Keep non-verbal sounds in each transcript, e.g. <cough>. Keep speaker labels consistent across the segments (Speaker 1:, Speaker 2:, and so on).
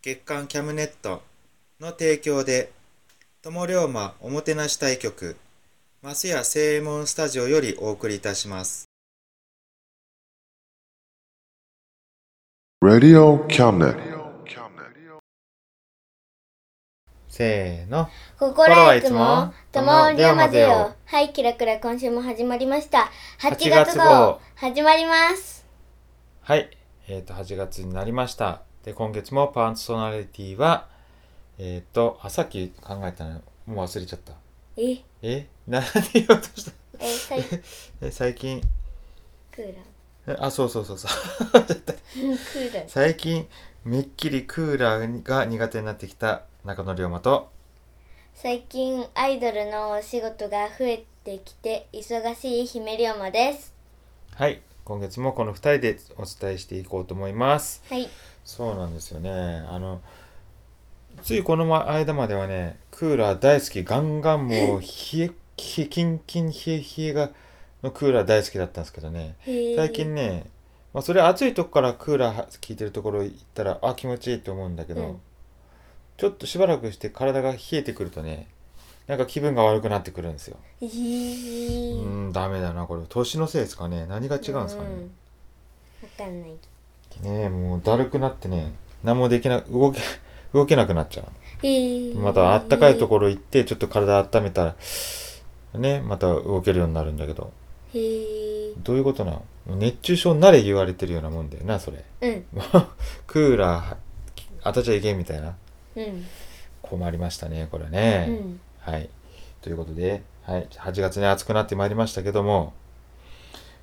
Speaker 1: 月刊キャムネットの提供で、友龍馬おもてなし対局、マスヤ正右衛門スタジオよりお送りいたします。
Speaker 2: Radio Cabinet.
Speaker 1: せーの。
Speaker 3: 心はいつも
Speaker 1: 心は
Speaker 3: 友
Speaker 1: いつも友
Speaker 3: 龍馬ぜ
Speaker 1: 龍馬ぜよ
Speaker 3: よはいキラキラ今週も始まりました
Speaker 1: 8
Speaker 3: 8
Speaker 1: 月
Speaker 3: 月
Speaker 1: 号
Speaker 3: 号始まります
Speaker 1: はい。えっ、と、8月になりました。で、今月もパーソナリティは、えっ、と、あ、さっき考えたの、もう忘れちゃった。
Speaker 3: え
Speaker 1: え <laughs> 何言おうとした
Speaker 3: えサイ
Speaker 1: <laughs>
Speaker 3: ク
Speaker 1: え最近、
Speaker 3: ーラ
Speaker 1: えあ、そうそうそう <laughs> そう。
Speaker 3: ークーラー
Speaker 1: 最近、めっきりクーラーが苦手になってきた中野龍馬と、
Speaker 3: 最近アイドルのお仕事が増えてきて忙しい姫龍馬です
Speaker 1: はい。今月もこの2人でお伝えしていこうと思います。
Speaker 3: はい
Speaker 1: そうなんですよね。あの、ついこのま間まではね、クーラー大好き、ガンガン
Speaker 3: <laughs>
Speaker 1: もう、冷え、冷えキンキン冷え冷えが、のクーラー大好きだったんですけどね、最
Speaker 3: 最
Speaker 1: 近ね、まあ、それ暑いとこからクーラーは効いてるところ行ったら、あ、気持ちいいと思うんだけど、
Speaker 3: うん
Speaker 1: ちょっとしばらくして体が冷えてくるとね、なんか気分が悪くなってくるんですよ。
Speaker 3: え
Speaker 1: う
Speaker 3: ー
Speaker 1: ーん、ダメだな、これ。年のせいですかね。何が違うんですかね。
Speaker 3: うんわかんない
Speaker 1: ねえもうだるくなってね何もできな動け動けなくなっちゃ
Speaker 3: え
Speaker 1: う
Speaker 3: ー
Speaker 1: またあったかいところ行ってちょっと体温めたらねまた動けるようになるんだけど
Speaker 3: へー
Speaker 1: どういうことなの熱中症になれ言われてるようなもんだよなそれ
Speaker 3: うん
Speaker 1: クーラー当たっちゃいけんみたいな
Speaker 3: うん
Speaker 1: 困りましたねこれ
Speaker 3: う
Speaker 1: ね、
Speaker 3: ん
Speaker 1: はいということで、はい、8月ね暑くなってまいりましたけども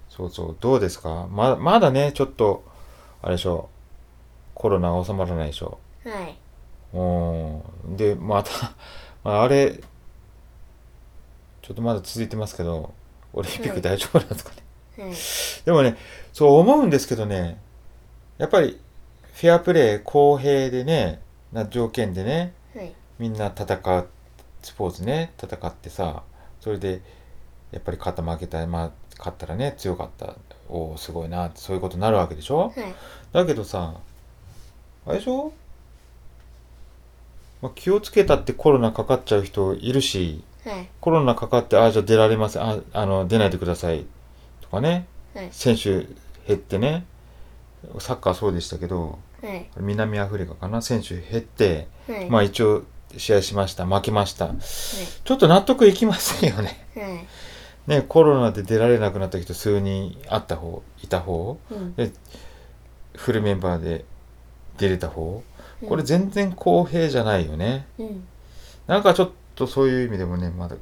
Speaker 1: そうそうどうですかままだねちょっとあれでしょコロナ収まらないでしょ
Speaker 3: はい
Speaker 1: うん。で、また、 <laughs> まあ、あれ、ちょっとまだ続いてますけど、オリンピッ
Speaker 3: は
Speaker 1: ク
Speaker 3: い
Speaker 1: 大丈夫なんですかね。
Speaker 3: はい
Speaker 1: でもね、そう思うんですけどね、やっぱり、フェアプレー、公平でね、な条件でね、
Speaker 3: はい
Speaker 1: みんな戦う、スポーツね、戦ってさ、それで、やっぱり勝った負けた、まあ、勝ったらね、強かった、おお、すごいな、そういうことになるわけでしょ
Speaker 3: はい
Speaker 1: だけどさ、あれでしょ、まあ、気をつけたってコロナかかっちゃう人いるし、
Speaker 3: はい
Speaker 1: コロナかかって、ああ、じゃあ出られません、ああの、出ないでくださいとかね、
Speaker 3: はい
Speaker 1: 選手減ってね、サッカーそうでしたけど、
Speaker 3: はい
Speaker 1: 南アフリカかな、選手減って、
Speaker 3: はい
Speaker 1: まあ一応試合しました、負けました。
Speaker 3: はい
Speaker 1: ちょっと納得いきませんよね。
Speaker 3: はい。
Speaker 1: ね、コロナで出られなくなった人数人あった方、いた方、
Speaker 3: うん
Speaker 1: でフルメンバーで出れた方
Speaker 3: うん
Speaker 1: これ全然公平じゃないよね、
Speaker 3: うん。
Speaker 1: なんかちょっとそういう意味でもねまだ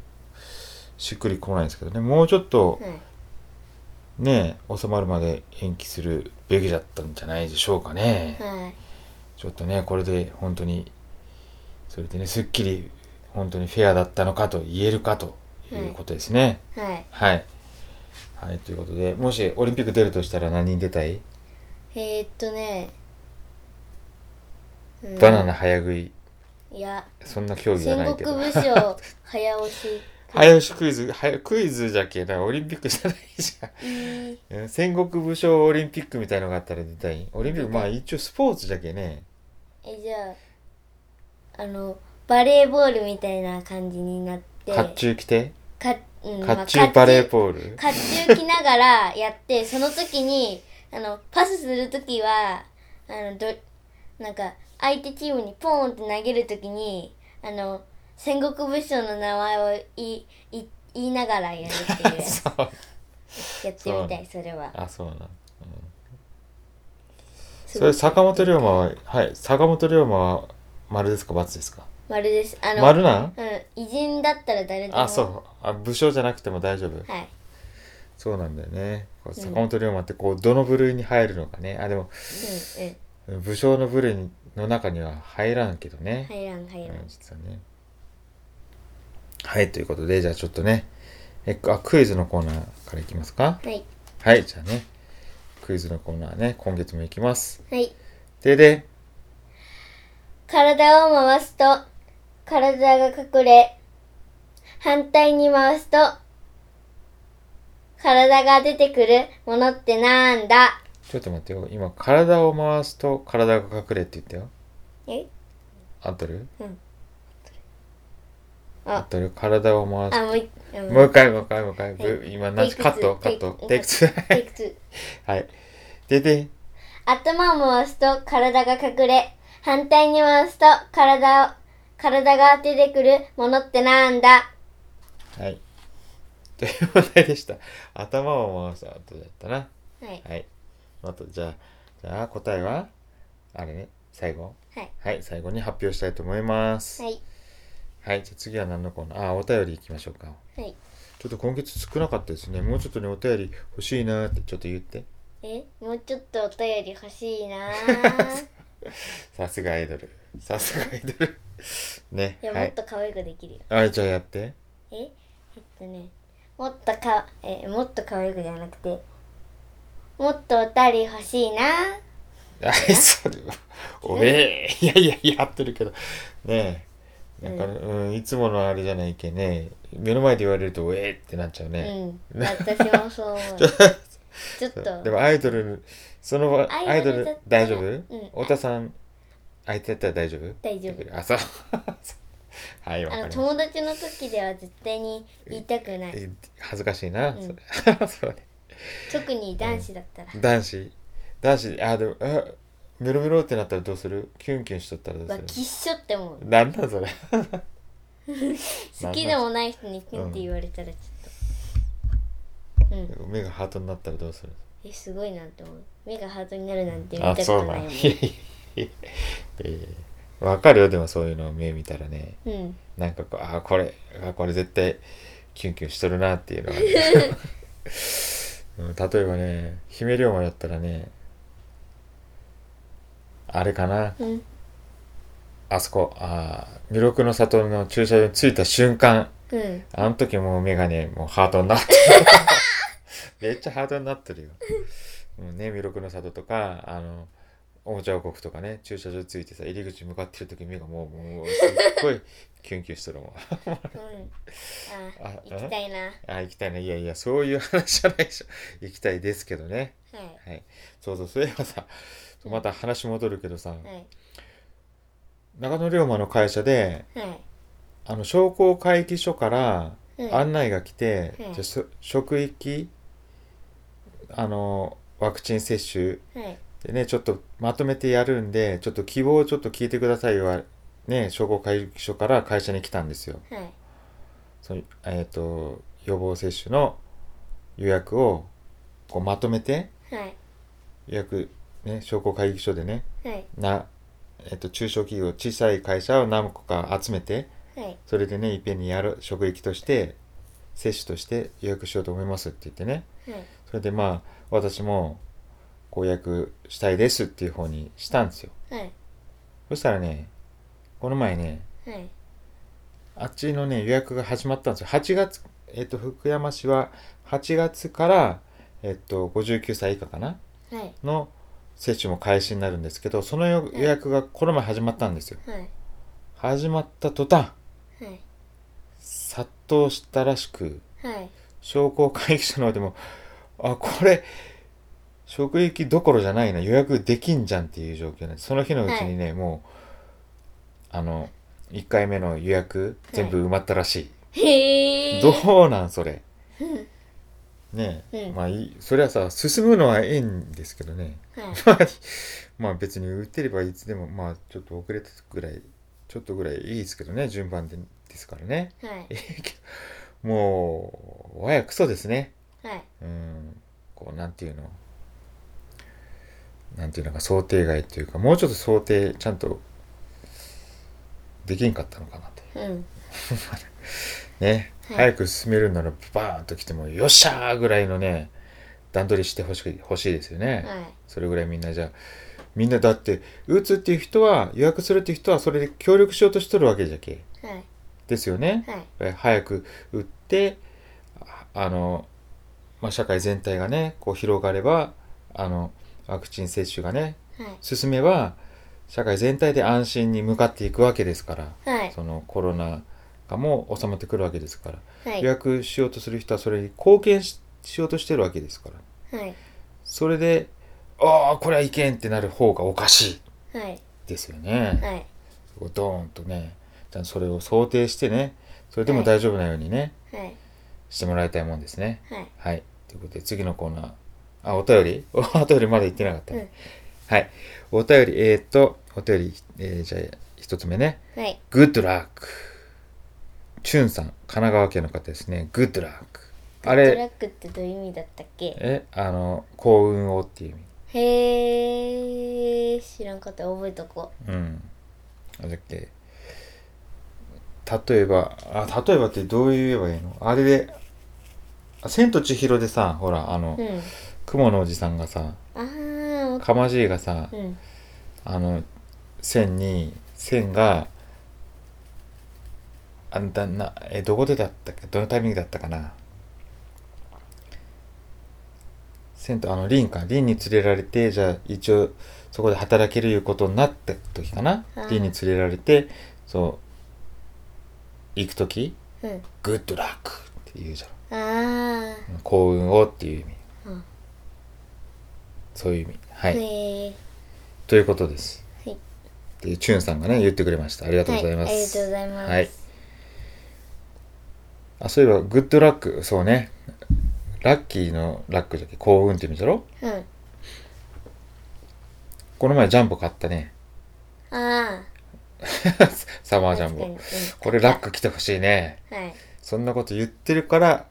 Speaker 1: しっくりこないんですけどねもうちょっと
Speaker 3: はい。
Speaker 1: ね収まるまで延期するべきだったんじゃないでしょうかね、
Speaker 3: はい。
Speaker 1: ちょっとねこれで本当にそれでねすっきり本当にフェアだったのかと言えるかということですね、
Speaker 3: はい。
Speaker 1: はいはいということでもしオリンピック出るとしたら何人出たい、
Speaker 3: えー、っとね。うん
Speaker 1: バナナ。早食い
Speaker 3: いや
Speaker 1: そんな競技じゃ
Speaker 3: 戦
Speaker 1: ない
Speaker 3: 国
Speaker 1: けど
Speaker 3: 武将早押し
Speaker 1: 早押しクイズ早クイズじゃけえなオリンピックじゃないじゃん
Speaker 3: いい
Speaker 1: うん戦国武将オリンピックみたいのがあったら出たいオリンピックまあ一応スポーツじゃけね
Speaker 3: えじゃああのバレーボールみたいな感じになって
Speaker 1: 甲冑着て
Speaker 3: かうん
Speaker 1: 甲
Speaker 3: まあ
Speaker 1: 冑バレーボール
Speaker 3: 甲冑着ながらやって、その時に、あの、パスする時は、あの、ど、なんか、相手チームにポーンって投げる時に、あの、戦国武将の名前を言い、言い言いながらやるっていう
Speaker 1: <laughs> そう
Speaker 3: やってみたい、それは。
Speaker 1: あそうな
Speaker 3: す
Speaker 1: そ
Speaker 3: ごい
Speaker 1: れ坂本龍馬ははい坂本龍馬は丸ですか×ですか
Speaker 3: 丸です。あの、
Speaker 1: 丸なん
Speaker 3: うん、偉人だったら誰でも。
Speaker 1: あそうあ武将じゃなくても大丈夫
Speaker 3: はい。
Speaker 1: そうなんだよねこう坂本龍馬ってこうどの部類に入るのかねあでも
Speaker 3: うん、うん。
Speaker 1: 武将の部類の中には入らんけどね、
Speaker 3: 入らん、入ら。
Speaker 1: うんん実はねはいということでじゃあちょっとねえあクイズのコーナーからいきますか
Speaker 3: はい。
Speaker 1: はいじゃあねクイズのコーナーね今月もいきます
Speaker 3: はい。
Speaker 1: でで
Speaker 3: 体を回すと体が隠れ反対に回すと体が出てくるものってなんだ
Speaker 1: ちょっと待ってよ今体を回すと体が隠れって言ったよ
Speaker 3: え
Speaker 1: 合ってる
Speaker 3: うん
Speaker 1: 合ってる体を回
Speaker 3: あ
Speaker 1: す
Speaker 3: もういあ
Speaker 1: もう
Speaker 3: も
Speaker 1: 一回もう一回もう一回、ぶ今何
Speaker 3: テイクツー
Speaker 1: カットカットテ
Speaker 3: テ
Speaker 1: イ
Speaker 3: イ
Speaker 1: ク
Speaker 3: ク
Speaker 1: ツー
Speaker 3: <laughs> テイク
Speaker 1: <laughs>
Speaker 3: 2
Speaker 1: はいでで
Speaker 3: 頭を回すと体が隠れ反対に回すと体を体が出てくるものってなんだ
Speaker 1: はい。という問題でした。頭を回した後だったな。
Speaker 3: はい
Speaker 1: はい。あと、じゃあ、じゃあ答えはあれね、最後。
Speaker 3: はい
Speaker 1: はい、最後に発表したいと思います。
Speaker 3: は
Speaker 1: はい、
Speaker 3: い
Speaker 1: じゃあ次は何のコーナーあ、お便り行きましょうか。
Speaker 3: はい
Speaker 1: ちょっと今月少なかったですね。もうちょっとね、お便り欲しいなーってちょっと言って。
Speaker 3: えもうちょっとお便り欲しい
Speaker 1: <laughs>
Speaker 3: なぁ
Speaker 1: さすがアイドル。さすがアイドル。 <laughs> ね。
Speaker 3: いや
Speaker 1: は
Speaker 3: もっ
Speaker 1: い。
Speaker 3: と可愛くできるよ
Speaker 1: あ、じゃあやって。
Speaker 3: ええっとねもっとかえもっと可愛くじゃなくてもっとおたり欲しいな
Speaker 1: あそれは、おええ、いやいやいや、合ってるけど、ねえ、なんか、うん、いつものあれじゃないけね、目の前で言われると、おええってなっちゃう
Speaker 3: う
Speaker 1: ね。
Speaker 3: ん
Speaker 1: <laughs>
Speaker 3: 私もそう思うちょっと
Speaker 1: でもアイドル、その場ア
Speaker 3: ア
Speaker 1: イ
Speaker 3: イ
Speaker 1: ド
Speaker 3: ドル
Speaker 1: ル
Speaker 3: だったら
Speaker 1: 大丈夫
Speaker 3: うん
Speaker 1: 太田さん、相手だったら大丈夫
Speaker 3: 大丈夫
Speaker 1: あ、そう。 <laughs> はい、わ
Speaker 3: あ
Speaker 1: かり
Speaker 3: の
Speaker 1: まし
Speaker 3: 友達の時では絶対に言いたくな
Speaker 1: た
Speaker 3: い
Speaker 1: え。恥ずかしいな、
Speaker 3: ん
Speaker 1: それそう <laughs> ね
Speaker 3: 特に男子だったら
Speaker 1: 男子、男子、あ、でも、あメロメロってなったらどうするキュンキュンしとったらどう
Speaker 3: わ
Speaker 1: する
Speaker 3: きっしょって思う
Speaker 1: なんだそれ。 <laughs>
Speaker 3: 好きでもない人にキュンって言われたらちょっとうん
Speaker 1: 目がハートになったらどうする
Speaker 3: えすごいなって思う目がハートになるなんて見た
Speaker 1: あ
Speaker 3: こ
Speaker 1: そ
Speaker 3: と
Speaker 1: うな
Speaker 3: ない
Speaker 1: ん
Speaker 3: もん
Speaker 1: <laughs> えーわかるよでもそういうのを目見たらね
Speaker 3: うん
Speaker 1: なんかこうあーこれあーこれ絶対キュンキュンしとるなっていうのがあるうん例えばね姫龍馬だったらねあれかな
Speaker 3: うん
Speaker 1: あそこあー弥勒の里の駐車場に着いた瞬間
Speaker 3: うん
Speaker 1: あの時もう目がね、もうハートになってる。めっちゃハートになってるよ。もうね、弥勒の里とか、あの、おもちゃ王国とかね、駐車場ついてさ、入り口向かってる時目がもう、もう、すっごいキュンキュンしてるもん。
Speaker 3: うん
Speaker 1: <laughs> あ
Speaker 3: あ行きたいなは
Speaker 1: あ、行きたいな。いやいや、そういう話じゃないでしょ。 <laughs> 行きたいですけどね。
Speaker 3: い
Speaker 1: はい。そうそう、そういえばさ、また話戻るけどさ、
Speaker 3: はい
Speaker 1: 中野龍馬の会社で、
Speaker 3: はい
Speaker 1: あの、商工会議所から、
Speaker 3: うん
Speaker 1: 案内が来て、
Speaker 3: はい
Speaker 1: じゃあそ職域あのワクチン接種
Speaker 3: はい
Speaker 1: でねちょっとまとめてやるんでちょっと希望をちょっと聞いてくださいはね商工会議所から会社に来たんですよ
Speaker 3: はい
Speaker 1: そのえっ、と予防接種の予約をこうまとめて
Speaker 3: はい
Speaker 1: 予約ね商工会議所でね
Speaker 3: はい
Speaker 1: なえっと中小企業小さい会社を何個か集めて
Speaker 3: はい
Speaker 1: それでねいっぺんにやる職域として接種として予約しようと思いますって言ってね
Speaker 3: はい
Speaker 1: それでまあ私も公約したいですっていう方にしたんですよ
Speaker 3: はい
Speaker 1: そしたらねこの前ね
Speaker 3: はい
Speaker 1: あっちのね予約が始まったんですよ8月えっと福山市は8月からえっと59歳以下かな
Speaker 3: はい
Speaker 1: の接種も開始になるんですけどその予約がこの前始まったんですよ
Speaker 3: はい
Speaker 1: 始まった途端、
Speaker 3: はい。
Speaker 1: 殺到したらしく、
Speaker 3: はい。
Speaker 1: 商工会議所の方でも、あ、これ、職域どころじゃないな、予約できんじゃんっていう状況なんです。その日のうちにね、もう、あの、1回目の予約、全部埋まったらしい。
Speaker 3: へえ。
Speaker 1: どうなん、それ。ねえ、
Speaker 3: うん
Speaker 1: まあいい、それはさ、進むのはええんですけどね。
Speaker 3: はい。
Speaker 1: <laughs> まあ別に打てればいつでも、まあちょっと遅れたぐらい、ちょっとぐらいいいですけどね、順番でですからね。 <laughs>
Speaker 3: はい
Speaker 1: え。えけどもう、わやクソですね。
Speaker 3: はい。
Speaker 1: うん、こう、なんていうの。なんていうのか、想定外というか、もうちょっと想定、ちゃんと、できんかったのかなという。
Speaker 3: うん。
Speaker 1: ね、
Speaker 3: はい
Speaker 1: 早く進めるなら、バーンと来ても、よっしゃーぐらいのね、段取りしてほしい欲しいですよね。
Speaker 3: はい。
Speaker 1: それぐらいみんなじゃあみんなだって打つっていう人は予約するっていう人はそれで協力しようとしとるわけじゃけ
Speaker 3: はい。
Speaker 1: ですよね、
Speaker 3: はい。
Speaker 1: え早く打ってああの、まあ、社会全体がねこう広がればあのワクチン接種がね
Speaker 3: はい。
Speaker 1: 進めば社会全体で安心に向かっていくわけですから、
Speaker 3: はい。
Speaker 1: そのコロナがもう収まってくるわけですから、
Speaker 3: はい。
Speaker 1: 予
Speaker 3: はい。
Speaker 1: 約しようとする人はそれに貢献ししようとしてるわけですから
Speaker 3: はい。
Speaker 1: それで、ああ、これはいけんってなる方がおかしい
Speaker 3: はい。
Speaker 1: ですよね。
Speaker 3: はい。
Speaker 1: こうドーンとね、ちゃんとそれを想定してね、それでも大丈夫なようにね、
Speaker 3: はい。
Speaker 1: してもらいたいもんですね。
Speaker 3: はい。
Speaker 1: はい。ということで、次のコーナー。あ、お便り <laughs> お便りまだ言ってなかったね。
Speaker 3: うん
Speaker 1: はい。お便り、えー、っと、お便り、えー、じゃあ、一つ目ね。
Speaker 3: はい。
Speaker 1: グッドラック。チュンさん、神奈川県の方ですね。グッドラック。あ
Speaker 3: トラ
Speaker 1: れ、
Speaker 3: ックってどういう意味だったっけ
Speaker 1: え、あの、幸運をっていう意味。
Speaker 3: へえ。知らんかった。覚えとこ
Speaker 1: うん。あれだっけ。例えば、あ、例えばってどう言えばいいのあれで、あ千と千尋でさ、ほら、あの、
Speaker 3: う。うん。
Speaker 1: 雲のおじさんがさ、
Speaker 3: あー、わか
Speaker 1: かまじいがさ、
Speaker 3: うん。
Speaker 1: あの、千に、千が、あんたな、え、どこでだったっけどのタイミングだったかな千と、あの、凛か。凛に連れられて、じゃあ、一応、そこで働けるいうことになった時かな
Speaker 3: はい
Speaker 1: 凛に連れられて、そう、行く時
Speaker 3: うん。
Speaker 1: グッドラックって言うじゃん。
Speaker 3: あー。
Speaker 1: 幸運をっていう意味。
Speaker 3: うん
Speaker 1: そういう意味。はい。
Speaker 3: へえ。
Speaker 1: ということです。
Speaker 3: はい。
Speaker 1: で、チュンさんがね、言ってくれました。ありがとうございます。
Speaker 3: はいありがとうございます
Speaker 1: はい。あ、そういえば、グッドラック、そうね。ラッキーのラックじゃっけ幸運って意味だろ
Speaker 3: うん。
Speaker 1: この前ジャンボ買ったね。 <laughs>
Speaker 3: あ
Speaker 1: サマ
Speaker 3: ー。
Speaker 1: ージャン
Speaker 3: 確かに
Speaker 1: ボ
Speaker 3: うん。
Speaker 1: これラック来てほしいね。
Speaker 3: はい。
Speaker 1: そんなこと言ってるから、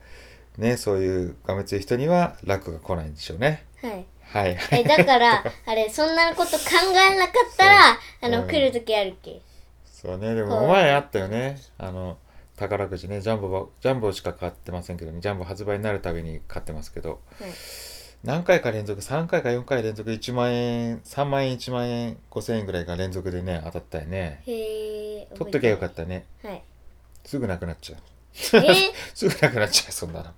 Speaker 1: ね、そういうがめつい人にはラックが来ないんでしょうね。
Speaker 3: はい。
Speaker 1: はい。は <laughs>
Speaker 3: え、
Speaker 1: い。
Speaker 3: だから、あれ、そんなこと考えなかったら、あ
Speaker 1: う
Speaker 3: の、
Speaker 1: ん
Speaker 3: 来るときあるけ。
Speaker 1: そうね、で
Speaker 3: は
Speaker 1: も
Speaker 3: い
Speaker 1: 前あったよね。あの、宝くじね、ジャンボば、ジャンボしか買ってませんけどね、ジャンボ発売になるたびに買ってますけど、
Speaker 3: はい
Speaker 1: 何回か連続、3回か4回連続1万円、3万円、1万円、5000円ぐらいが連続でね、当たったよね。
Speaker 3: へえ。
Speaker 1: 取っときゃよか
Speaker 3: っ
Speaker 1: ったね。
Speaker 3: た。はい。
Speaker 1: すぐなくなっちゃう。
Speaker 3: え
Speaker 1: <laughs>
Speaker 3: ー
Speaker 1: すぐなくなっちゃう、そんなの。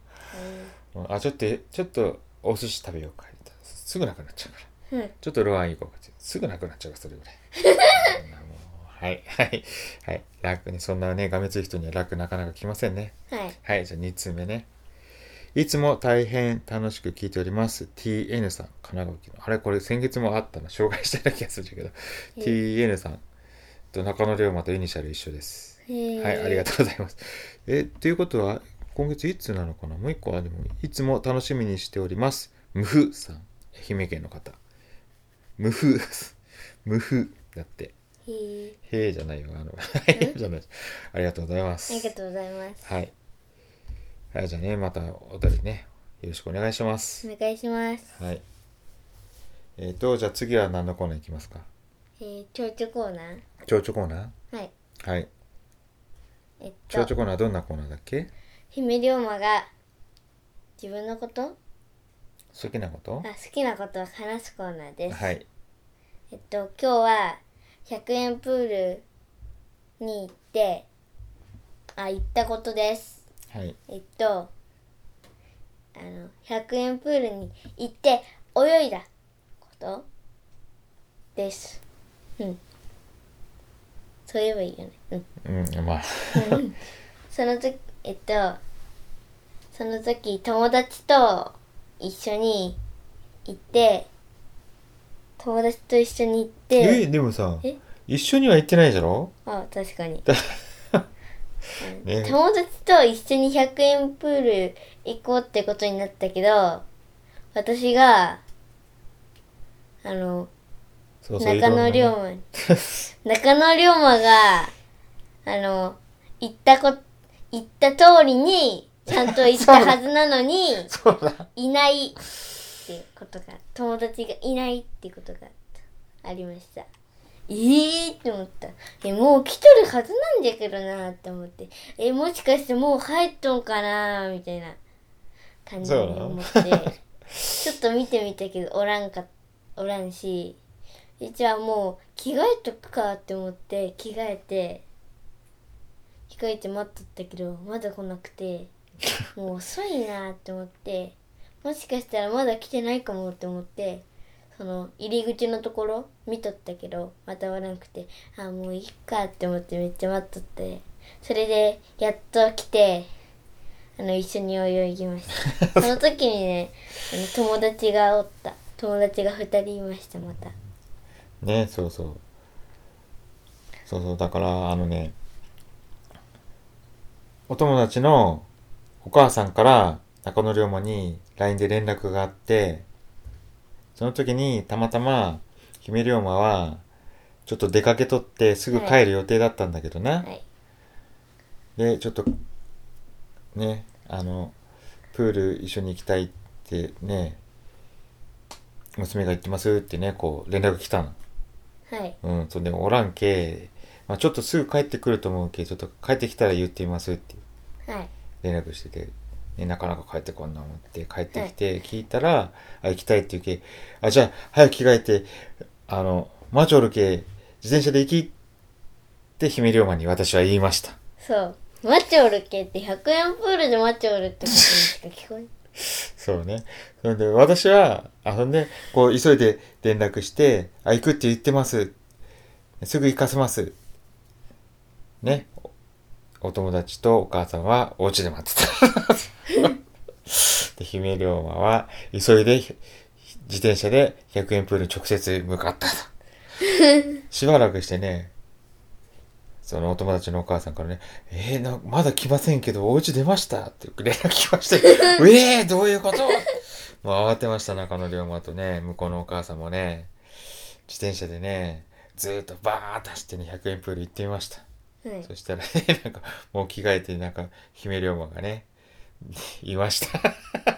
Speaker 1: うんあ、ちょっと、ちょっとお寿司食べようか。すぐなくなっちゃうから。
Speaker 3: うん。
Speaker 1: ちょっとロアン行こうかって。すぐなくなっちゃうから、それぐらい。 <laughs> そんなもうはい、はい、はい。楽に、そんなね、がめつい人には楽なかなか来ませんね。
Speaker 3: はい。
Speaker 1: はい、じゃあ2通目ね。いつも大変楽しく聞いております。TN さん、神奈川県の。あれ、これ先月もあったな。紹介してた気がするんだけど。
Speaker 3: え
Speaker 1: TN さんと中野龍馬とイニシャル一緒です。
Speaker 3: へえ。
Speaker 1: はい、ありがとうございます。え、ということは、今月いつなのかなもう一個あ、でも、いつも楽しみにしております。ムフさん、愛媛県の方。ムフ、 <laughs> ムフだって。
Speaker 3: へえ。
Speaker 1: へえじゃないよ、あの、 <laughs> へえじゃない。ありがとうございます。
Speaker 3: ありがとうございます。
Speaker 1: はい。はい、じゃあね、またお便りね、よろしくお願いします。
Speaker 3: お願いします。
Speaker 1: はい。えっ、と、じゃあ次は何のコーナーいきますか
Speaker 3: えー、蝶々コーナー
Speaker 1: 蝶々コーナ
Speaker 3: はい。
Speaker 1: ーはい。
Speaker 3: えっ
Speaker 1: 蝶々
Speaker 3: と、
Speaker 1: コーナーどんなコーナーだっけ
Speaker 3: 姫龍馬が、自分のこと
Speaker 1: 好きなこと
Speaker 3: あ好きなことを話すコーナーです。
Speaker 1: はい。
Speaker 3: えっと、今日は100円プールに行って、あ、行ったことです。
Speaker 1: はい。
Speaker 3: えっと、あの、100円プールに行って泳いだことです。うん。そう言えばいいよね。うん。
Speaker 1: うん、まあ。
Speaker 3: その時、えっと、その時友達と一緒に行って、友達と一緒に行って、
Speaker 1: え、でもさ
Speaker 3: え、
Speaker 1: 一緒には行ってないじゃろ
Speaker 3: あ、確かに。うん
Speaker 1: ね
Speaker 3: 友達と一緒に100円プール行こうってことになったけど、私が、あの、
Speaker 1: そうそう。
Speaker 3: 中野龍馬、中野龍馬が、あの、行ったこ、行った通りに、ちゃんと行ったはずなのに、 <laughs>
Speaker 1: そうだ。
Speaker 3: いないっていうことが、友達がいないっていうことがありました。えーって思った。え、もう来とるはずなんだけどなって思って。え、もしかしてもう入っとんかなみたいな感じに思って。ちょっと見てみたけど、おらんか、おらんし。えじゃあもう着替えとくかって思って、着替えて、着替えて待っとったけど、まだ来なくて、もう遅いなって思って。もしかしたらまだ来てないかもって思ってその入り口のところ見とったけどまたおらなくてあもういいかって思ってめっちゃ待っとってそれでやっと来てあの一緒に泳ぎまし
Speaker 1: <laughs>
Speaker 3: たその時にねあの友達がおった友達が2人いましたまた
Speaker 1: ね、そうそう。そうそう、だから、あのね、お友達のお母さんから中野龍馬に LINE で連絡があって、その時にたまたま姫龍馬はちょっと出かけとってすぐ帰る予定だったんだけどな。
Speaker 3: はい
Speaker 1: で、ちょっと、ね、あの、プール一緒に行きたいってね、娘が言ってますってね、こう連絡来たの。
Speaker 3: はい
Speaker 1: うん、そんでおらんけ、まあ、ちょっとすぐ帰ってくると思うけ、ちょっと帰ってきたら言ってみますって
Speaker 3: はい
Speaker 1: 連絡してて、ね、なかなか帰ってこんな思って、帰ってきて聞いたら、あ、行きたいって言うけ、あ、じゃあ早く着替えて、あの、マチョルけ、自転車で行きって姫龍馬に私は言いました。
Speaker 3: そう待っておるけって100円プールで待っておるってことにしか聞こえん
Speaker 1: そうね。それで、私は、あ、そんで、こう、急いで連絡して、あ、行くって言ってます。すぐ行かせます。ね。おお友達とお母さんは、お家で待ってた。で、姫龍馬は、急いで、ひ自転車で100円プールに直接向かったと。しばらくしてね、そのお友達のお母さんからね、えー、なまだ来ませんけど、お家出ましたって連絡来まして、 <laughs> うえー、どういうこともう慌てました、中野龍馬とね、向こうのお母さんもね、自転車でね、ずーっとバーッと走ってね、100円プール行ってみました。
Speaker 3: はい
Speaker 1: そしたらね、なんか、もう着替えて、なんか、姫龍馬がね、いました。 <laughs>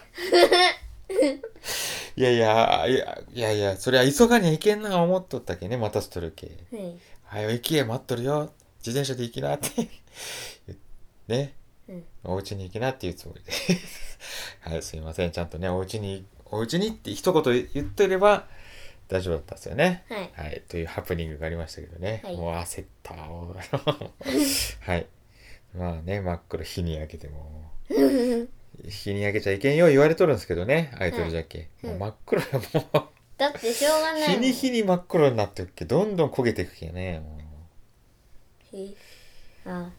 Speaker 1: いやいや、いやいやいや、そりゃ急がにゃいけんな思っとったけね、またしとるけ。
Speaker 3: はい
Speaker 1: はよ行け待っとるよ自転車で行きなって <laughs> ね、
Speaker 3: うん
Speaker 1: お家に行きなっていうつもりで <laughs> はいすいませんちゃんとねお家にお家にって一言言ってれば大丈夫だったんですよね
Speaker 3: はい
Speaker 1: はいというハプニングがありましたけどね、
Speaker 3: はい
Speaker 1: もう焦ったもう <laughs> はいまあね真っ黒火に焼けて
Speaker 3: <laughs>
Speaker 1: もう火に焼けちゃいけんよ言われとるんですけどねアイドルじゃけ、
Speaker 3: うん
Speaker 1: もう真っ黒やもう
Speaker 3: だってしょうがない
Speaker 1: 日
Speaker 3: もん
Speaker 1: に日に真っ黒になってるっけどんどん焦げていくけねもう
Speaker 3: へあ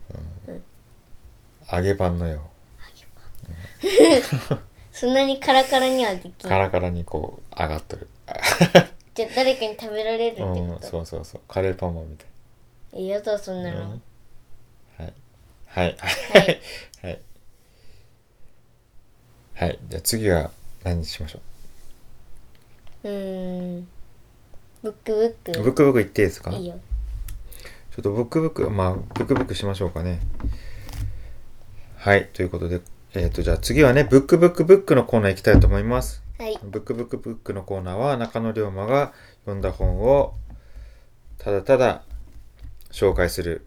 Speaker 1: 揚げパンのよ
Speaker 3: そんなにカラカラにはでき
Speaker 1: カ
Speaker 3: ない。
Speaker 1: ラカラにこう上がっとる、
Speaker 3: じゃあ誰かに食べられるって
Speaker 1: う
Speaker 3: こ
Speaker 1: ん、
Speaker 3: と、
Speaker 1: そうそうそうカレーパンマンみたい
Speaker 3: え、やだ、そんなの。
Speaker 1: うんはいはい
Speaker 3: はい。
Speaker 1: はいはいじゃあ次は何にしましょ
Speaker 3: うーん。ブックブ
Speaker 1: う
Speaker 3: ッ
Speaker 1: ブクブクいっていいですか
Speaker 3: ク。いいよ。
Speaker 1: ちょっとブクブクまあブクブクしましょうかねはいということでえっ、とじゃあ次はねブックブックブックのコーナー行きたいと思います
Speaker 3: はい。
Speaker 1: ブックブックブックのコーナーは中野龍馬が読んだ本をただただ紹介する。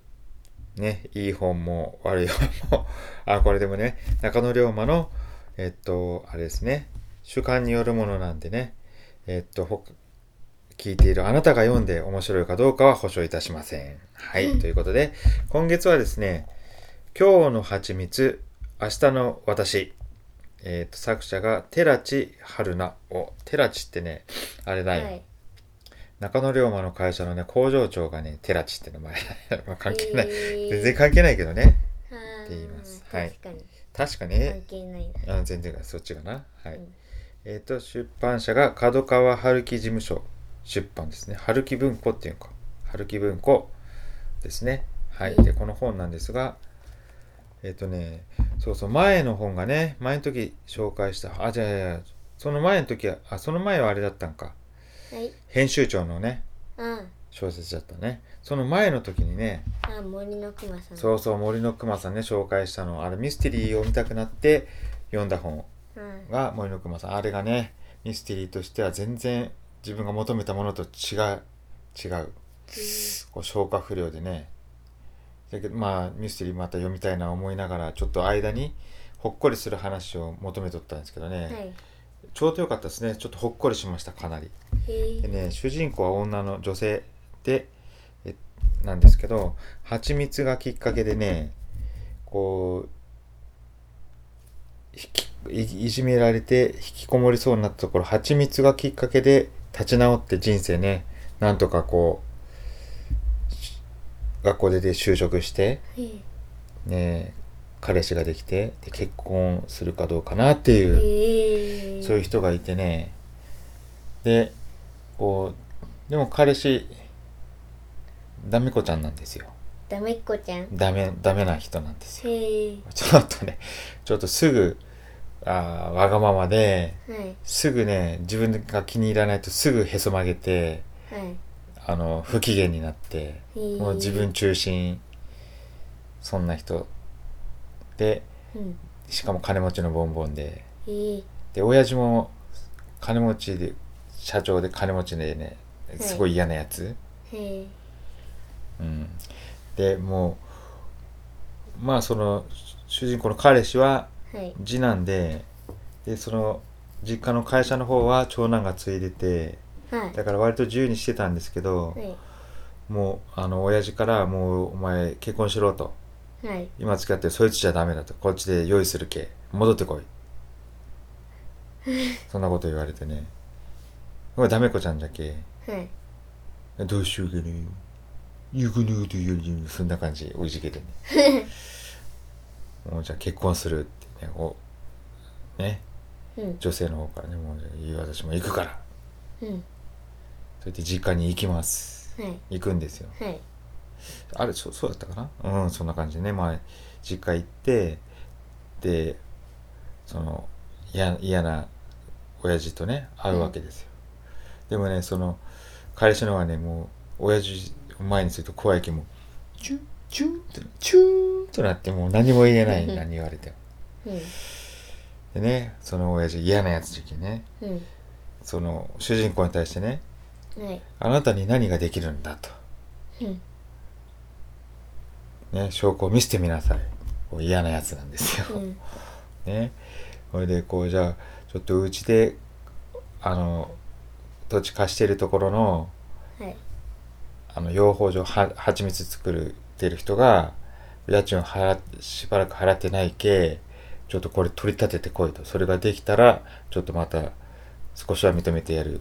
Speaker 1: ね、いい本も悪い本も。あ、これでもね、中野龍馬の、えっと、あれですね、主観によるものなんでね、えっと、ほ聞いているあなたが読んで面白いかどうかは保証いたしません。はい、ということで、今月はですね、今日の蜂蜜、明日の私。えー、と作者が寺地春菜を寺地ってねあれだよ、
Speaker 3: はい。
Speaker 1: 中野龍馬の会社のね、工場長がね、寺地って名前。まあ関係ない。
Speaker 3: へー
Speaker 1: 全然関係ないけどね。
Speaker 3: あ
Speaker 1: って言います
Speaker 3: ー
Speaker 1: はい
Speaker 3: 確かに
Speaker 1: 確かに、
Speaker 3: 関係ないな
Speaker 1: あ全然そっちかな。はい。
Speaker 3: うん
Speaker 1: えっ、と、出版社が角川春樹事務所出版ですね。春樹文庫っていうのか。春樹文庫ですね。はい。
Speaker 3: うん
Speaker 1: で、この本なんですが、えっ、とね、そうそう、前の本がね、前の時紹介した、あ、じゃあ、いやいやその前の時は、あ、その前はあれだったんか。
Speaker 3: はい
Speaker 1: 編集長のね、
Speaker 3: うん
Speaker 1: 小説だったね。その前の時にね、
Speaker 3: あ森のくまさん
Speaker 1: そうそう、森の熊さんね、紹介したの、あれ、ミステリーを見たくなって読んだ本
Speaker 3: うん
Speaker 1: が森の熊さんあれがねミステリーとしては全然自分が求めたものと違う違うこう消化不良でねだけどまあミステリーまた読みたいな思いながらちょっと間にほっこりする話を求めとったんですけどね、
Speaker 3: はい
Speaker 1: ちょうどよかったですねちょっとほっこりしましたかなり
Speaker 3: へ
Speaker 1: で
Speaker 3: え
Speaker 1: ね主人公は女の女性でえなんですけど蜂蜜がきっかけでねこうひきいいじめられて引きこもりそうになったところ蜂蜜がきっかけで立ち直って人生ねなんとかこうし学校出て就職して、ね、彼氏ができてで結婚するかどうかなっていう。
Speaker 3: へえ
Speaker 1: そういう人がいてね。で、こう、でも彼氏、ダメ子ちゃんなんですよ。
Speaker 3: ダメっ子ちゃん
Speaker 1: ダメ、ダメな人なんですよ。
Speaker 3: へえ
Speaker 1: ちょっとね、ちょっとすぐ、あーわがままで、
Speaker 3: はい
Speaker 1: すぐね、自分が気に入らないとすぐへそ曲げて、
Speaker 3: はい
Speaker 1: あの、不機嫌になって、
Speaker 3: へー
Speaker 1: もう自分中心、そんな人。で、
Speaker 3: うん
Speaker 1: しかも金持ちのボンボンで、
Speaker 3: へえ
Speaker 1: で親父も金持ちで社長で金持ちでね
Speaker 3: い
Speaker 1: すごい嫌なやつ、
Speaker 3: へえ
Speaker 1: うん、でもうまあその主人公の彼氏は
Speaker 3: はい
Speaker 1: 次男ででその実家の会社の方は長男が継いでて
Speaker 3: はい
Speaker 1: だから割と自由にしてたんですけど、
Speaker 3: はい
Speaker 1: もうあの親父から「もうお前結婚しろ」と
Speaker 3: はい
Speaker 1: 「今付き合ってるそいつじゃダメだ」と「こっちで用意するけ戻ってこい」そんなこと言われてね「おいダメ子ちゃんじゃけ」
Speaker 3: はい
Speaker 1: どうしようかね。ゆくのことやるじゃん。そんな感じ、おいじけてね。もうじゃあ結婚するってね、お、ね、
Speaker 3: うん
Speaker 1: 女性の方からね、もうじゃあいい私も行くから。
Speaker 3: うん
Speaker 1: そうやって実家に行きます。
Speaker 3: はい
Speaker 1: 行くんですよ。
Speaker 3: はい
Speaker 1: あれ、そそうだったかなうん、そんな感じでね。まあ、実家行って、で、その、嫌嫌な親父とね、会うわけですよ。でもね、その、彼氏の方がね、もう、親父を前にすると怖いけどもう、チュン、チュンって、チューンとなって、もう何も言えない、
Speaker 3: うん
Speaker 1: 何言われても。
Speaker 3: うん
Speaker 1: でね、その親父、嫌なやつ時期ね、
Speaker 3: うん
Speaker 1: その、主人公に対してね、
Speaker 3: はい
Speaker 1: あなたに何ができるんだと。
Speaker 3: うん
Speaker 1: ね、証拠を見せてみなさい。こう嫌なやつなんですよ。
Speaker 3: うん
Speaker 1: ねそれでこうじゃあちょっとうちであの土地貸してるところの
Speaker 3: はい
Speaker 1: あの養蜂場は蜂蜜作るってる人が家賃を払っしばらく払ってないけちょっとこれ取り立ててこいとそれができたらちょっとまた少しは認めてやる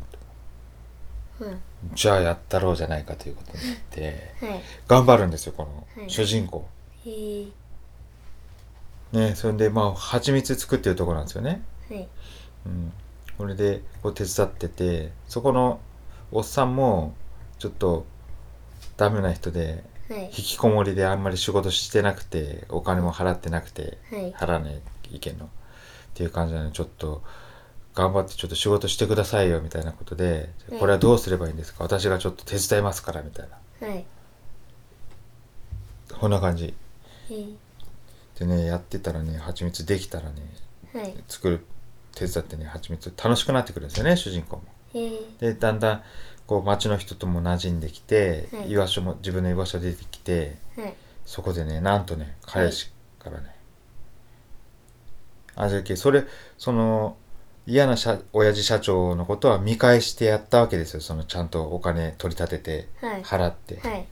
Speaker 3: うん
Speaker 1: じゃあやったろうじゃないかということになって
Speaker 3: <laughs> はい
Speaker 1: 頑張るんですよこの
Speaker 3: はい
Speaker 1: 主人公、
Speaker 3: へえ
Speaker 1: ねそれでまあ蜂蜜作ってるところなんですよね
Speaker 3: はい
Speaker 1: うん、それでこう手伝っててそこのおっさんもちょっとダメな人で
Speaker 3: はい
Speaker 1: 引きこもりであんまり仕事してなくてお金も払ってなくて
Speaker 3: はい
Speaker 1: 払わない意見のっていう感じなのでちょっと頑張ってちょっと仕事してくださいよみたいなことで
Speaker 3: うん
Speaker 1: これはどうすればいいんですか私がちょっと手伝いますからみたいな
Speaker 3: はい
Speaker 1: こんな感じ
Speaker 3: へ
Speaker 1: でねやってたらね蜂蜜できたらね
Speaker 3: えはい
Speaker 1: 作る手伝ってね蜂蜜楽しくなってくるんですよね主人公も。
Speaker 3: へえ
Speaker 1: でだんだんこう町の人とも馴染んできて、
Speaker 3: はい
Speaker 1: 居場所も自分の居場所出てきて
Speaker 3: はい
Speaker 1: そこでねなんとね彼氏からね、あじゃけそれその嫌な社親父社長のことは見返してやったわけですよそのちゃんとお金取り立てて
Speaker 3: はい
Speaker 1: 払って、
Speaker 3: はい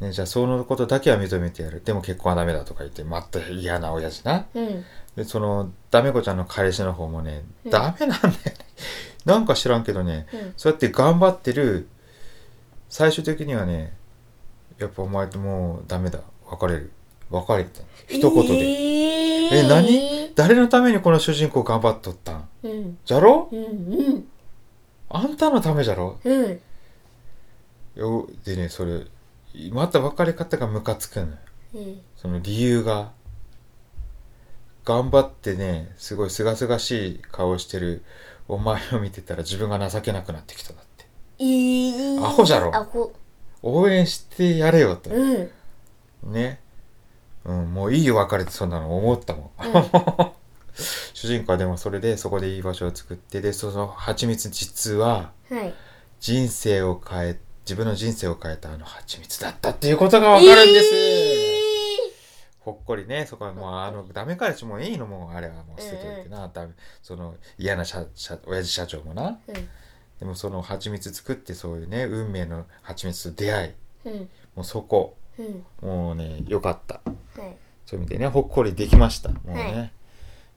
Speaker 1: ね、じゃあそのことだけは認めてやるでも結婚はダメだとか言ってまた嫌な親父な
Speaker 3: うん
Speaker 1: でそのダメ子ちゃんの彼氏の方もね、
Speaker 3: うん
Speaker 1: ダメなんだよねなんか知らんけどね、
Speaker 3: うん
Speaker 1: そうやって頑張ってる最終的にはねやっぱお前ともうダメだ別れる別れて一言で「
Speaker 3: え
Speaker 1: え何誰のためにこの主人公頑張っとったん
Speaker 3: うん。
Speaker 1: じゃろ
Speaker 3: うん。うん。
Speaker 1: あんたのためじゃろ
Speaker 3: うん。
Speaker 1: よ」でねそれまた別れ方がムカつくのよ
Speaker 3: うん。
Speaker 1: その理由が頑張ってねすごい清々しい顔してるお前を見てたら自分が情けなくなってきただって
Speaker 3: えー、
Speaker 1: アホじゃろ
Speaker 3: アホ。
Speaker 1: 応援してやれよと
Speaker 3: うん。うん。
Speaker 1: ね、うん、もういいよ別れてそんなの思ったもん主人公はでもそれでそこでいい場所を作ってでその蜂蜜実は
Speaker 3: はい。
Speaker 1: 人生を変え自分の人生を変えたあの蜂蜜だったっていうことがわかるんです、ほっこりねそこはもうあのダメ彼氏もういいのもうあれはもう捨てといてな、ダメその嫌な社社親父社長もな
Speaker 3: えー
Speaker 1: でもその蜂蜜作ってそういうね運命の蜂蜜と出会い
Speaker 3: うん。うん。
Speaker 1: もうそこ
Speaker 3: うん。
Speaker 1: もうねよかった
Speaker 3: はい。
Speaker 1: そういう意味でねほっこりできましたもうね、
Speaker 3: はい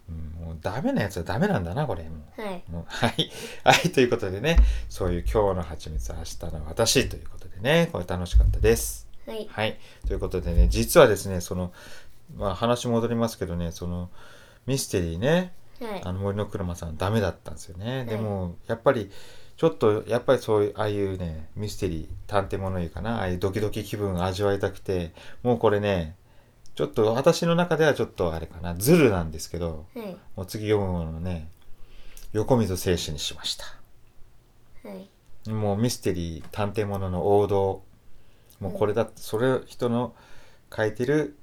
Speaker 1: うん、もうダメなやつはダメなんだなこれも
Speaker 3: はい。
Speaker 1: うもうはい <laughs> はいということでねそういう今日の蜂蜜明日の私ということでねこれ楽しかったです
Speaker 3: はい。
Speaker 1: はい。ということでね、実はですね、その、まあ話戻りますけどね、その、ミステリーね、
Speaker 3: はい。
Speaker 1: あの森の車さんダメだったんですよね。
Speaker 3: い
Speaker 1: でも、やっぱり、ちょっと、やっぱりそういう、ああいうね、ミステリー、探偵物言うかな、ああいうドキドキ気分を味わいたくて、もうこれね、ちょっと私の中ではちょっとあれかな、ズルなんですけど、
Speaker 3: はい。
Speaker 1: もう次読むものをね、横溝静止にしました。
Speaker 3: はい。
Speaker 1: もうミステリー探偵ものの王道もうこれだ、それ人の書いてる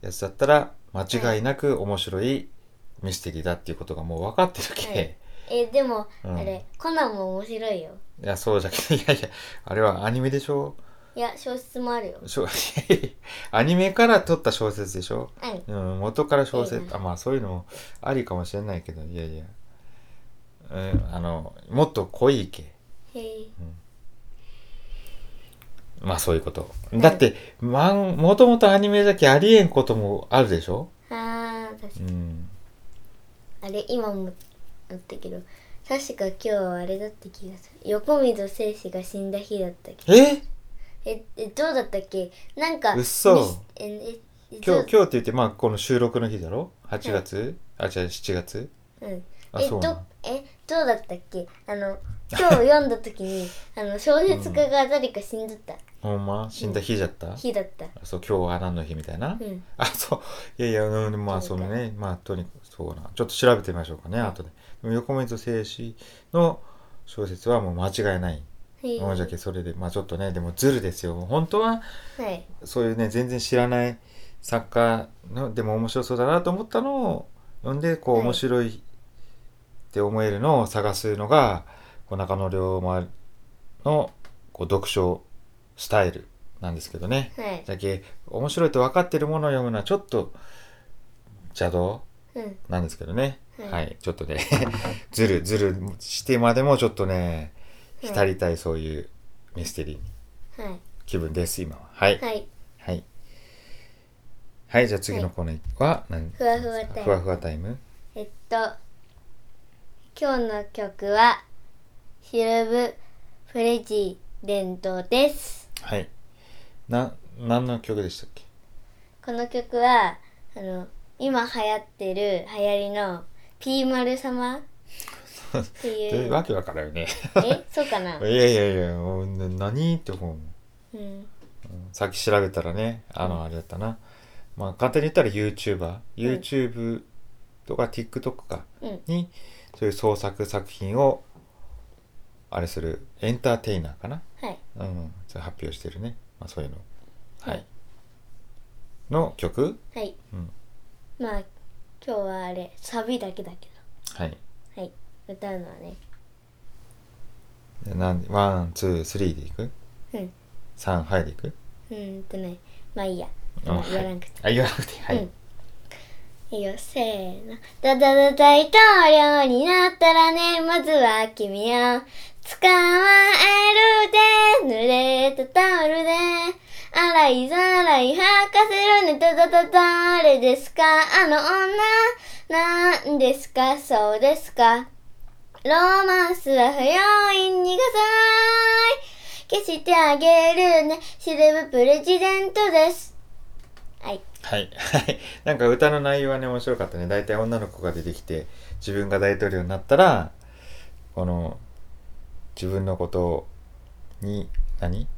Speaker 1: やつだったら間違いなく面白いミステリーだっていうことがもう分かってるけ、
Speaker 3: は
Speaker 1: い、
Speaker 3: いえーでも、
Speaker 1: うん
Speaker 3: あれ、コナンも面白いよ。
Speaker 1: やそうじゃけどいやいやあれはアニメでしょ
Speaker 3: いや、小説もあるよ。
Speaker 1: しょ <laughs> アニメから撮った小説でしょ、
Speaker 3: はい。
Speaker 1: うん、元から小
Speaker 3: え
Speaker 1: 説
Speaker 3: え
Speaker 1: あまあそういうのもありかもしれないけどいやいや、うん、あのもっと濃いけ
Speaker 3: へえ。
Speaker 1: まあそういうこと。だって、まん、もともとアニメだけありえんこともあるでしょ
Speaker 3: あー、確か
Speaker 1: うん。
Speaker 3: あれ、今もあったけど、確か今日はあれだった気がする。横溝静止が死んだ日だったっけ
Speaker 1: え
Speaker 3: え、え、どうだったっけなんか、
Speaker 1: 嘘
Speaker 3: にえ、え、え
Speaker 1: 今日、
Speaker 3: どう
Speaker 1: 今日って言って、まあこの収録の日だろ ?8 月、あ、じゃあ7月
Speaker 3: うん。
Speaker 1: あ
Speaker 3: え、
Speaker 1: そ
Speaker 3: ど
Speaker 1: うなの、
Speaker 3: え、どうだったっけあの、今日読んだ時に、あの、小説家が誰か死んどった
Speaker 1: ほんま死んだ日じゃった、
Speaker 3: 日だった。
Speaker 1: あそう、今日は何の日みたいな、
Speaker 3: うん。
Speaker 1: あ、そう。いやいや、うん、まあそのね、まあとにかくそうな。ちょっと調べてみましょうかね、後で。でも横溝静止の小説はもう間違いない。
Speaker 3: はい。
Speaker 1: もうじゃけそれで、まあちょっとね、でもズルですよ。本当は、
Speaker 3: はい。
Speaker 1: そういうね全然知らない作家のでも面白そうだなと思ったのを読んでこう
Speaker 3: はい
Speaker 1: 面白いって思えるのを探すのが、こう中野龍馬のこう読書スタイルなんですけどね。
Speaker 3: はい。
Speaker 1: だけ面白いと分かってるものを読むのはちょっと邪道
Speaker 3: うん。
Speaker 1: なんですけどね。
Speaker 3: はい
Speaker 1: はい、ちょっとね <laughs> ずるずるしてまでもちょっとね
Speaker 3: はい
Speaker 1: 浸りたいそういうミステリー
Speaker 3: はい。
Speaker 1: 気分です今は。はい
Speaker 3: はい。
Speaker 1: はい。はい、じゃあ次のコーナーは何
Speaker 3: ふわふわタイム
Speaker 1: ふわふわタイム
Speaker 3: えっと、今日の曲は、シルブ・プレジデントです。
Speaker 1: はい。な、何の曲でしたっけ
Speaker 3: この曲は、あの、今流行ってる流行りの、ピーマル様って
Speaker 1: と
Speaker 3: い
Speaker 1: いう
Speaker 3: う
Speaker 1: わ。けわからんよね。 <laughs>
Speaker 3: え、そうかない
Speaker 1: やいやいや、もうな何って思うもん。
Speaker 3: うん。
Speaker 1: さっき調べたらね、あの、あれだったな。まあ、簡単に言ったら YouTuber。YouTube とか TikTok か
Speaker 3: うん。
Speaker 1: に、そういう創作作品を、あれする、エンターテイナーかな。
Speaker 3: はい。
Speaker 1: うん、それ発表してるね。まあ、そういうの。は
Speaker 3: はい
Speaker 1: い。の曲
Speaker 3: はい。
Speaker 1: うん
Speaker 3: まあ、今日はあれ、サビだけだけ
Speaker 1: はい。
Speaker 3: ど。はい。歌うのはね。
Speaker 1: でなんで、ワン、ツー、スリーでいく
Speaker 3: うん。
Speaker 1: 三、はいでいく
Speaker 3: うーんとね、まあいいや。
Speaker 1: あ
Speaker 3: まあやらんくて。
Speaker 1: あ、言わなくて、はい。
Speaker 3: うんいいよ、せーの。だだだ大統領になったらね、まずは君を捕まえるで、濡れたタオルで、洗いざらい吐かせるね、だだだ誰ですかあの女、なんですかそうですかロマンスは不要意に逃がさない消してあげるね。シルブプレジデントです。はい。
Speaker 1: はい。はい。 <laughs> なんか歌の内容はね、面白かったね。大体女の子が出てきて、自分が大統領になったら、この、自分のことに、何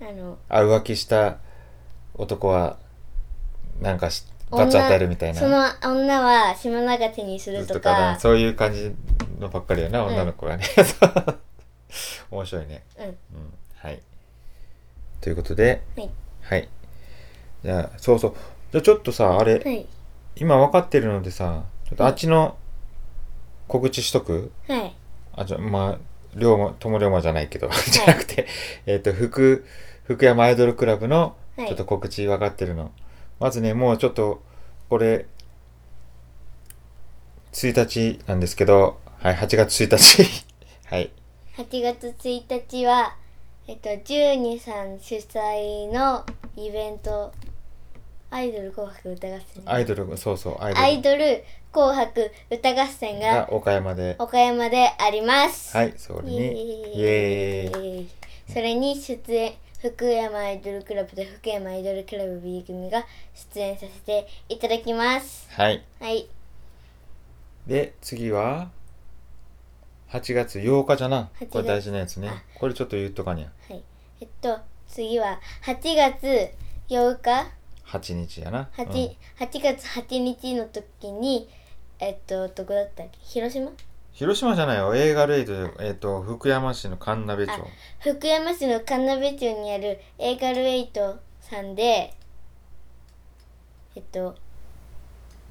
Speaker 3: あの、
Speaker 1: あ、浮気した男は、なんかし、罰当たるみたいな。
Speaker 3: その女は島流しにするとか、
Speaker 1: そういう感じのばっかりやな、
Speaker 3: ん
Speaker 1: 女の子
Speaker 3: <laughs>
Speaker 1: がね。 <laughs> 面白いね。
Speaker 3: うん。
Speaker 1: うん。はい。ということで、
Speaker 3: はい。
Speaker 1: はい。じゃあ、そうそう。じゃあちょっとさ、あれ、
Speaker 3: はい。
Speaker 1: 今分かってるのでさちょっとあっちの告知しとく
Speaker 3: はい。
Speaker 1: あじゃまあ龍馬友龍馬じゃないけどじゃなくてえっと福福山アイドルクラブの
Speaker 3: はい
Speaker 1: ちょっと告知分かってるの、まずねもうちょっとこれ1日なんですけどはい8月1日 <laughs> はい
Speaker 3: 8月1日は、えっと、12さん主催のイベント、アイドル紅白歌合戦。
Speaker 1: アイドルそうそうアイドル
Speaker 3: アイドル紅白歌合戦が
Speaker 1: が岡山で
Speaker 3: 岡山であります。
Speaker 1: はいそれ
Speaker 3: イ
Speaker 1: にイ
Speaker 3: エ
Speaker 1: エーイ
Speaker 3: ーイそれに出演福山アイドルクラブと福山アイドルクラブ B 組が出演させていただきます
Speaker 1: はい
Speaker 3: はい
Speaker 1: で次は8月8日じゃな
Speaker 3: 8月
Speaker 1: これ大事なやつね
Speaker 3: あ
Speaker 1: これちょっと言っとかにゃ
Speaker 3: はいえっと次は8月8日
Speaker 1: 8日やな
Speaker 3: 8,、
Speaker 1: うん
Speaker 3: 8月8日の時にえっとどこだったっけ広島
Speaker 1: 広島じゃないよ映画レイドで、えっと福山市の神鍋町
Speaker 3: あ福山市の神鍋町にあるエーガルエイトさんでえっと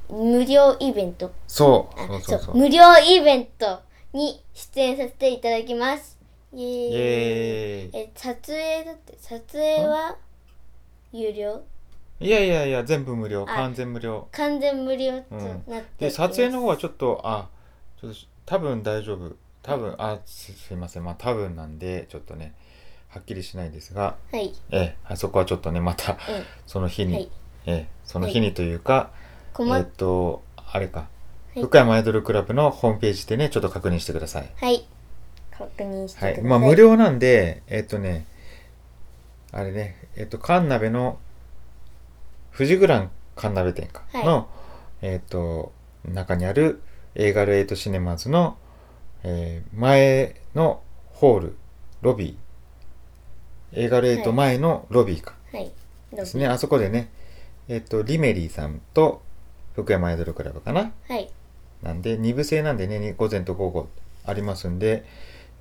Speaker 3: 無料イベント
Speaker 1: そう
Speaker 3: あ
Speaker 1: そうそう
Speaker 3: そ
Speaker 1: そうう
Speaker 3: 無料イベントに出演させていただきますイエー
Speaker 1: イ
Speaker 3: イ
Speaker 1: エー
Speaker 3: え撮影だって撮影は有料
Speaker 1: イいやいやいや全部無料
Speaker 3: あ
Speaker 1: 完全無料
Speaker 3: 完全無料
Speaker 1: う
Speaker 3: と
Speaker 1: ん
Speaker 3: なってい
Speaker 1: で
Speaker 3: ます
Speaker 1: 撮影の方はちょっとあちょっと多分大丈夫多分あすすいませんまあ多分なんでちょっとねはっきりしないですが
Speaker 3: はい、
Speaker 1: ええあそこはちょっとねまた
Speaker 3: うん
Speaker 1: その日に、
Speaker 3: はい
Speaker 1: ええその日にというか、
Speaker 3: こ
Speaker 1: え
Speaker 3: ま
Speaker 1: っと、あれか。
Speaker 3: い
Speaker 1: 福山アイドルクラブのホームページでね、ちょっと確認してください。
Speaker 3: はい確認してく
Speaker 1: は
Speaker 3: ださい、
Speaker 1: い。まあ、無料なんで、えっとね、あれね、えっと、カンナベの、富士グランカンナベ店か、
Speaker 3: はい
Speaker 1: の、えっと、中にある、エーガルエイトシネマズの、えー前のホール、ロビー、エーガルエイト前のロビーか。
Speaker 3: はい
Speaker 1: ですね、あそこでね、えっと、リメリーさんと、福山アイドルクラブかな。
Speaker 3: はい
Speaker 1: なんで、2部制なんでね、に午前と午後ありますんで、よ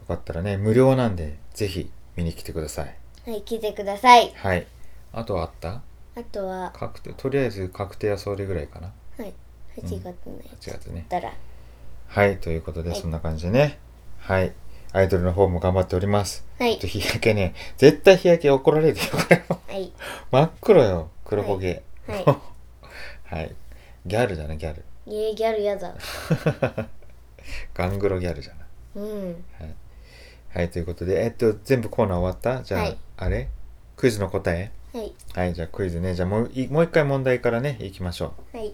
Speaker 1: かったらね、無料なんで、ぜひ見に来てください。
Speaker 3: はい来てください
Speaker 1: はい。あとはあった
Speaker 3: あとは
Speaker 1: 確定、とりあえず確定はそれぐらいかな。
Speaker 3: はい8月のやつ
Speaker 1: 8月ね。
Speaker 3: だったら
Speaker 1: はい、ということで、
Speaker 3: はい
Speaker 1: そんな感じでね。はい。アイドルの方も頑張っております。
Speaker 3: はい
Speaker 1: ちょっと日焼けね、絶対日焼け怒られるよ、これも。
Speaker 3: はい
Speaker 1: 真っ黒よ、黒焦げ。
Speaker 3: はい
Speaker 1: <laughs> はい、ギャルじゃない、ギャル。
Speaker 3: イエーイギャルやだ
Speaker 1: ガングロギャルじゃない。
Speaker 3: うん
Speaker 1: はい、はい、ということで、えっと、全部コーナー終わったじゃあ、
Speaker 3: はい
Speaker 1: あれクイズの答え
Speaker 3: はい
Speaker 1: はい、じゃあクイズね。じゃあもういもう一回問題からね、いきましょう。
Speaker 3: はいち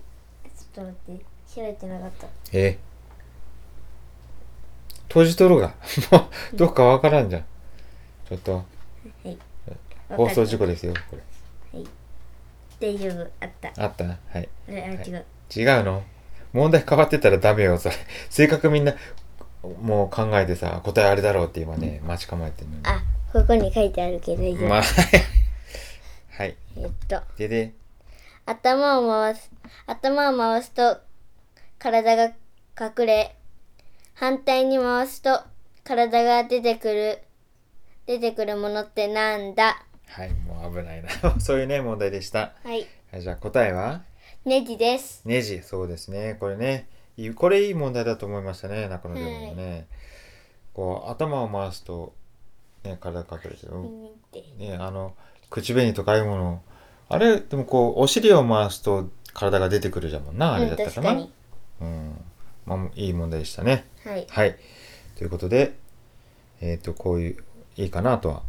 Speaker 3: ょっと待って調べてなかった
Speaker 1: えー、閉じとるが。 <laughs> もう、どっかわからんじゃん。ちょっと、
Speaker 3: はい
Speaker 1: 放送事故ですよ、これ。
Speaker 3: 大丈夫あったあ
Speaker 1: あったはい。
Speaker 3: あ違う
Speaker 1: 違うの問題変わってたらダメよ、それ。 <laughs> 性格みんな、もう考えてさ、答えあれだろうって今ね、待ち構えてるのに。
Speaker 3: あここに書いてあるけど大丈夫、
Speaker 1: まあ、はい。
Speaker 3: えっと
Speaker 1: でで、
Speaker 3: 頭を回す頭を回すと体が隠れ反対に回すと体が出てくる出てくるものってなんだ
Speaker 1: はい、もう危ないな。 <laughs> そういうね、問題でした。
Speaker 3: はい
Speaker 1: はい、じゃあ答えは
Speaker 3: ネジです
Speaker 1: ネジ。そうですね。これね、いいこれいい問題だと思いましたね、中野でもね。こう、頭を回すと、ね、体隠れてる。
Speaker 3: うんって
Speaker 1: ね、あの、口紅とかああいうもの。あれ、でもこう、お尻を回すと体が出てくるじゃもんな、あれだったかな。
Speaker 3: う
Speaker 1: うん
Speaker 3: 確
Speaker 1: ん。まあ、いい問題でしたね。
Speaker 3: かにはい
Speaker 1: はい。ということで、えっ、と、こういう、いいかなとは。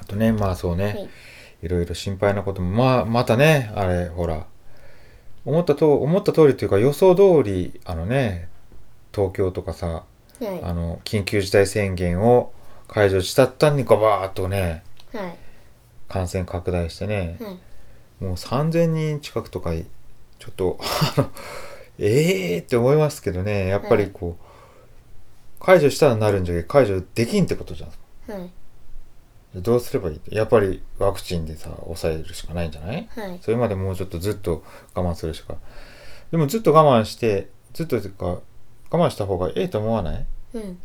Speaker 1: あとね、まあそうね、
Speaker 3: はい
Speaker 1: い、ろいろ心配なことも、まあ、またね、あれ、ほら、思ったと、思った通りというか予想通り、あのね、東京とかさ、
Speaker 3: はい
Speaker 1: あの、緊急事態宣言を、解除したったんにかばーっとね、
Speaker 3: はい
Speaker 1: 感染拡大してね、
Speaker 3: はい
Speaker 1: もう3000人近くとかい、ちょっと、あの、 <laughs> えーって思いますけどね、やっぱりこう、解除したらなるんじゃけど、解除できんってことじゃん。
Speaker 3: はい
Speaker 1: どうすればいいやっぱりワクチンでさ、抑えるしかないんじゃない
Speaker 3: はい
Speaker 1: それまでもうちょっとずっと我慢するしか。でもずっと我慢して、ずっとてか、我慢した方がええと思わない
Speaker 3: うん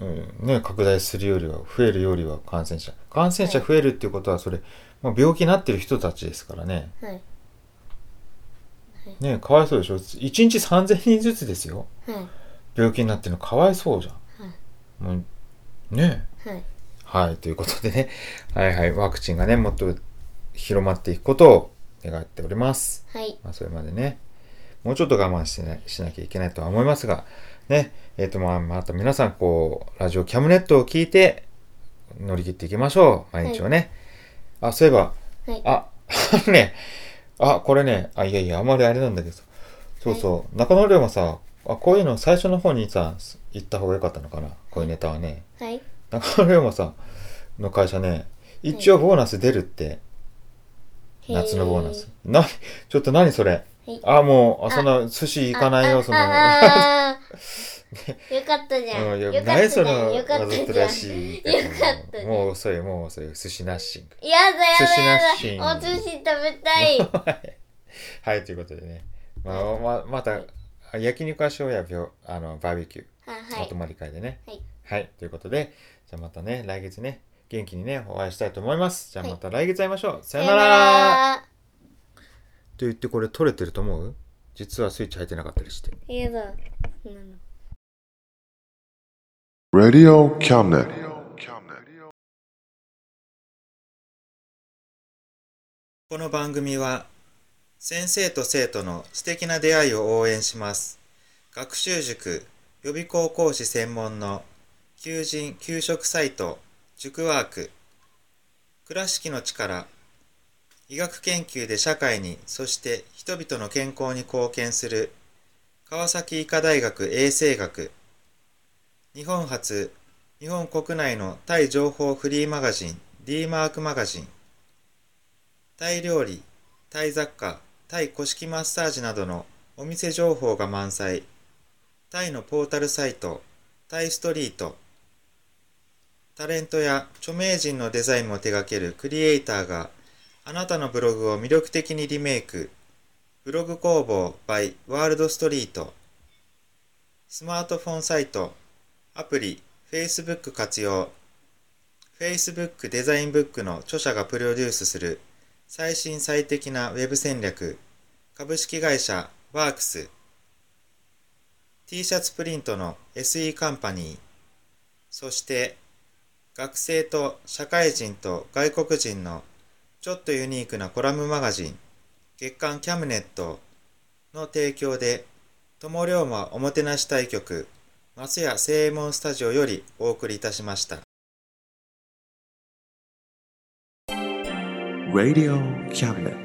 Speaker 1: うん、ね、拡大するよりは、増えるよりは感染者。感染者増えるっていうことは、それ、まあ、病気になってる人たちですからね。
Speaker 3: はい
Speaker 1: ね、かわいそうでしょ。1日3000人ずつですよ。
Speaker 3: はい
Speaker 1: 病気になってるのかわいそうじゃん。もう、ね。
Speaker 3: はい
Speaker 1: はい、ということでね。はいはい、ワクチンがね、もっと広まっていくことを願っております。
Speaker 3: はい
Speaker 1: まあ、それまでね、もうちょっと我慢しなしなきゃいけないとは思いますが、ね、えっ、と、まあ、また皆さん、こう、ラジオキャムネットを聞いて、乗り切っていきましょう、毎日をね。あ、そういえば、
Speaker 3: はい
Speaker 1: あ、 <laughs> あのね、あ、これね、あ、いやいや、あんまりあれなんだけど、そうそう、中野龍馬さ、あ、こういうの最初の方にさ、言った方が良かったのかな、こういうネタはね。
Speaker 3: はい
Speaker 1: 中野龍馬さんの会社ね、一応ボーナス出るって、夏のボーナス。な、ちょっと何それ。
Speaker 3: はい
Speaker 1: あ、もう、あ、そんな、寿司行かないよ、その。う
Speaker 3: ああーよかったじゃん
Speaker 1: ん、い
Speaker 3: よ
Speaker 1: や
Speaker 3: かった
Speaker 1: 何
Speaker 3: じ
Speaker 1: そ
Speaker 3: ゃ
Speaker 1: の、
Speaker 3: んよか
Speaker 1: わ
Speaker 3: っ
Speaker 1: ざ
Speaker 3: た
Speaker 1: と
Speaker 3: じゃ
Speaker 1: ら
Speaker 3: ん
Speaker 1: しい。
Speaker 3: よかったじゃん
Speaker 1: もう遅い、もう遅い。寿司ナッシング。
Speaker 3: やだや
Speaker 1: 寿司な
Speaker 3: だ
Speaker 1: し
Speaker 3: やだお寿司食べた
Speaker 1: <laughs>
Speaker 3: いは
Speaker 1: はい、ということでね。まあ、ままた、焼肉は塩やびょあの、バーベキュー、
Speaker 3: は
Speaker 1: お泊
Speaker 3: い
Speaker 1: まり会でね。
Speaker 3: はい
Speaker 1: はい、ということで、じゃあまたね、来月ね、元気にね、お会いしたいと思います。じゃあまた来月会いましょう。さよならと言ってこれ取れてると思う実はスイッチ入ってなかったりして。
Speaker 3: やだそんなの
Speaker 2: Radio Camnet. Radio Camnet.
Speaker 1: この番組は先生と生徒の素敵な出会いを応援します学習塾予備校講師専門の求人・給食サイト塾ワーク倉敷の力医学研究で社会にそして人々の健康に貢献する川崎医科大学衛生学日本初日本国内のタイ情報フリーマガジン D マークマガジンタイ料理、タイ雑貨、タイ古式マッサージなどのお店情報が満載。タイのポータルサイト、タイストリート。タレントや著名人のデザインも手掛けるクリエイターがあなたのブログを魅力的にリメイク。ブログ工房 by ワールドストリート。スマートフォンサイト、アプリ、Facebook 活用。Facebook デザインブックの著者がプロデュースする最新最適なウェブ戦略株式会社ワークス t シャツプリントの SE カンパニーそして学生と社会人と外国人のちょっとユニークなコラムマガジン月刊キャムネットの提供で友龍馬おもてなし対局松屋正右衛門スタジオよりお送りいたしました。
Speaker 2: Radio Cabinet.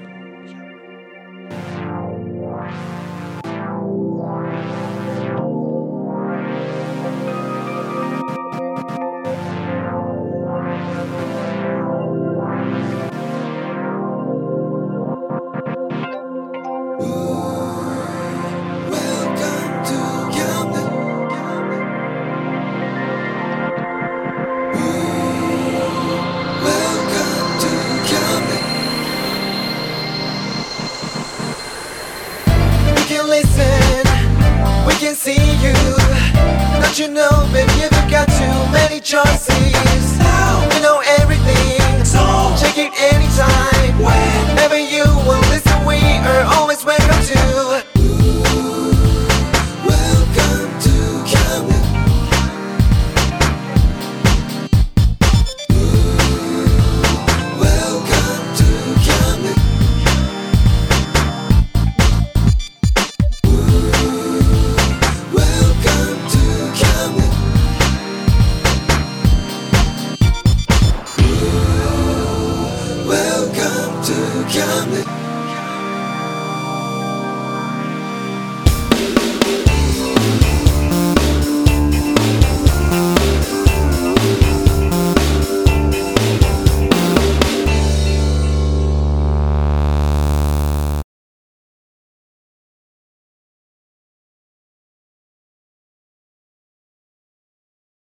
Speaker 4: We can listen, we can see you. Don't you know, baby, you've got too many choices.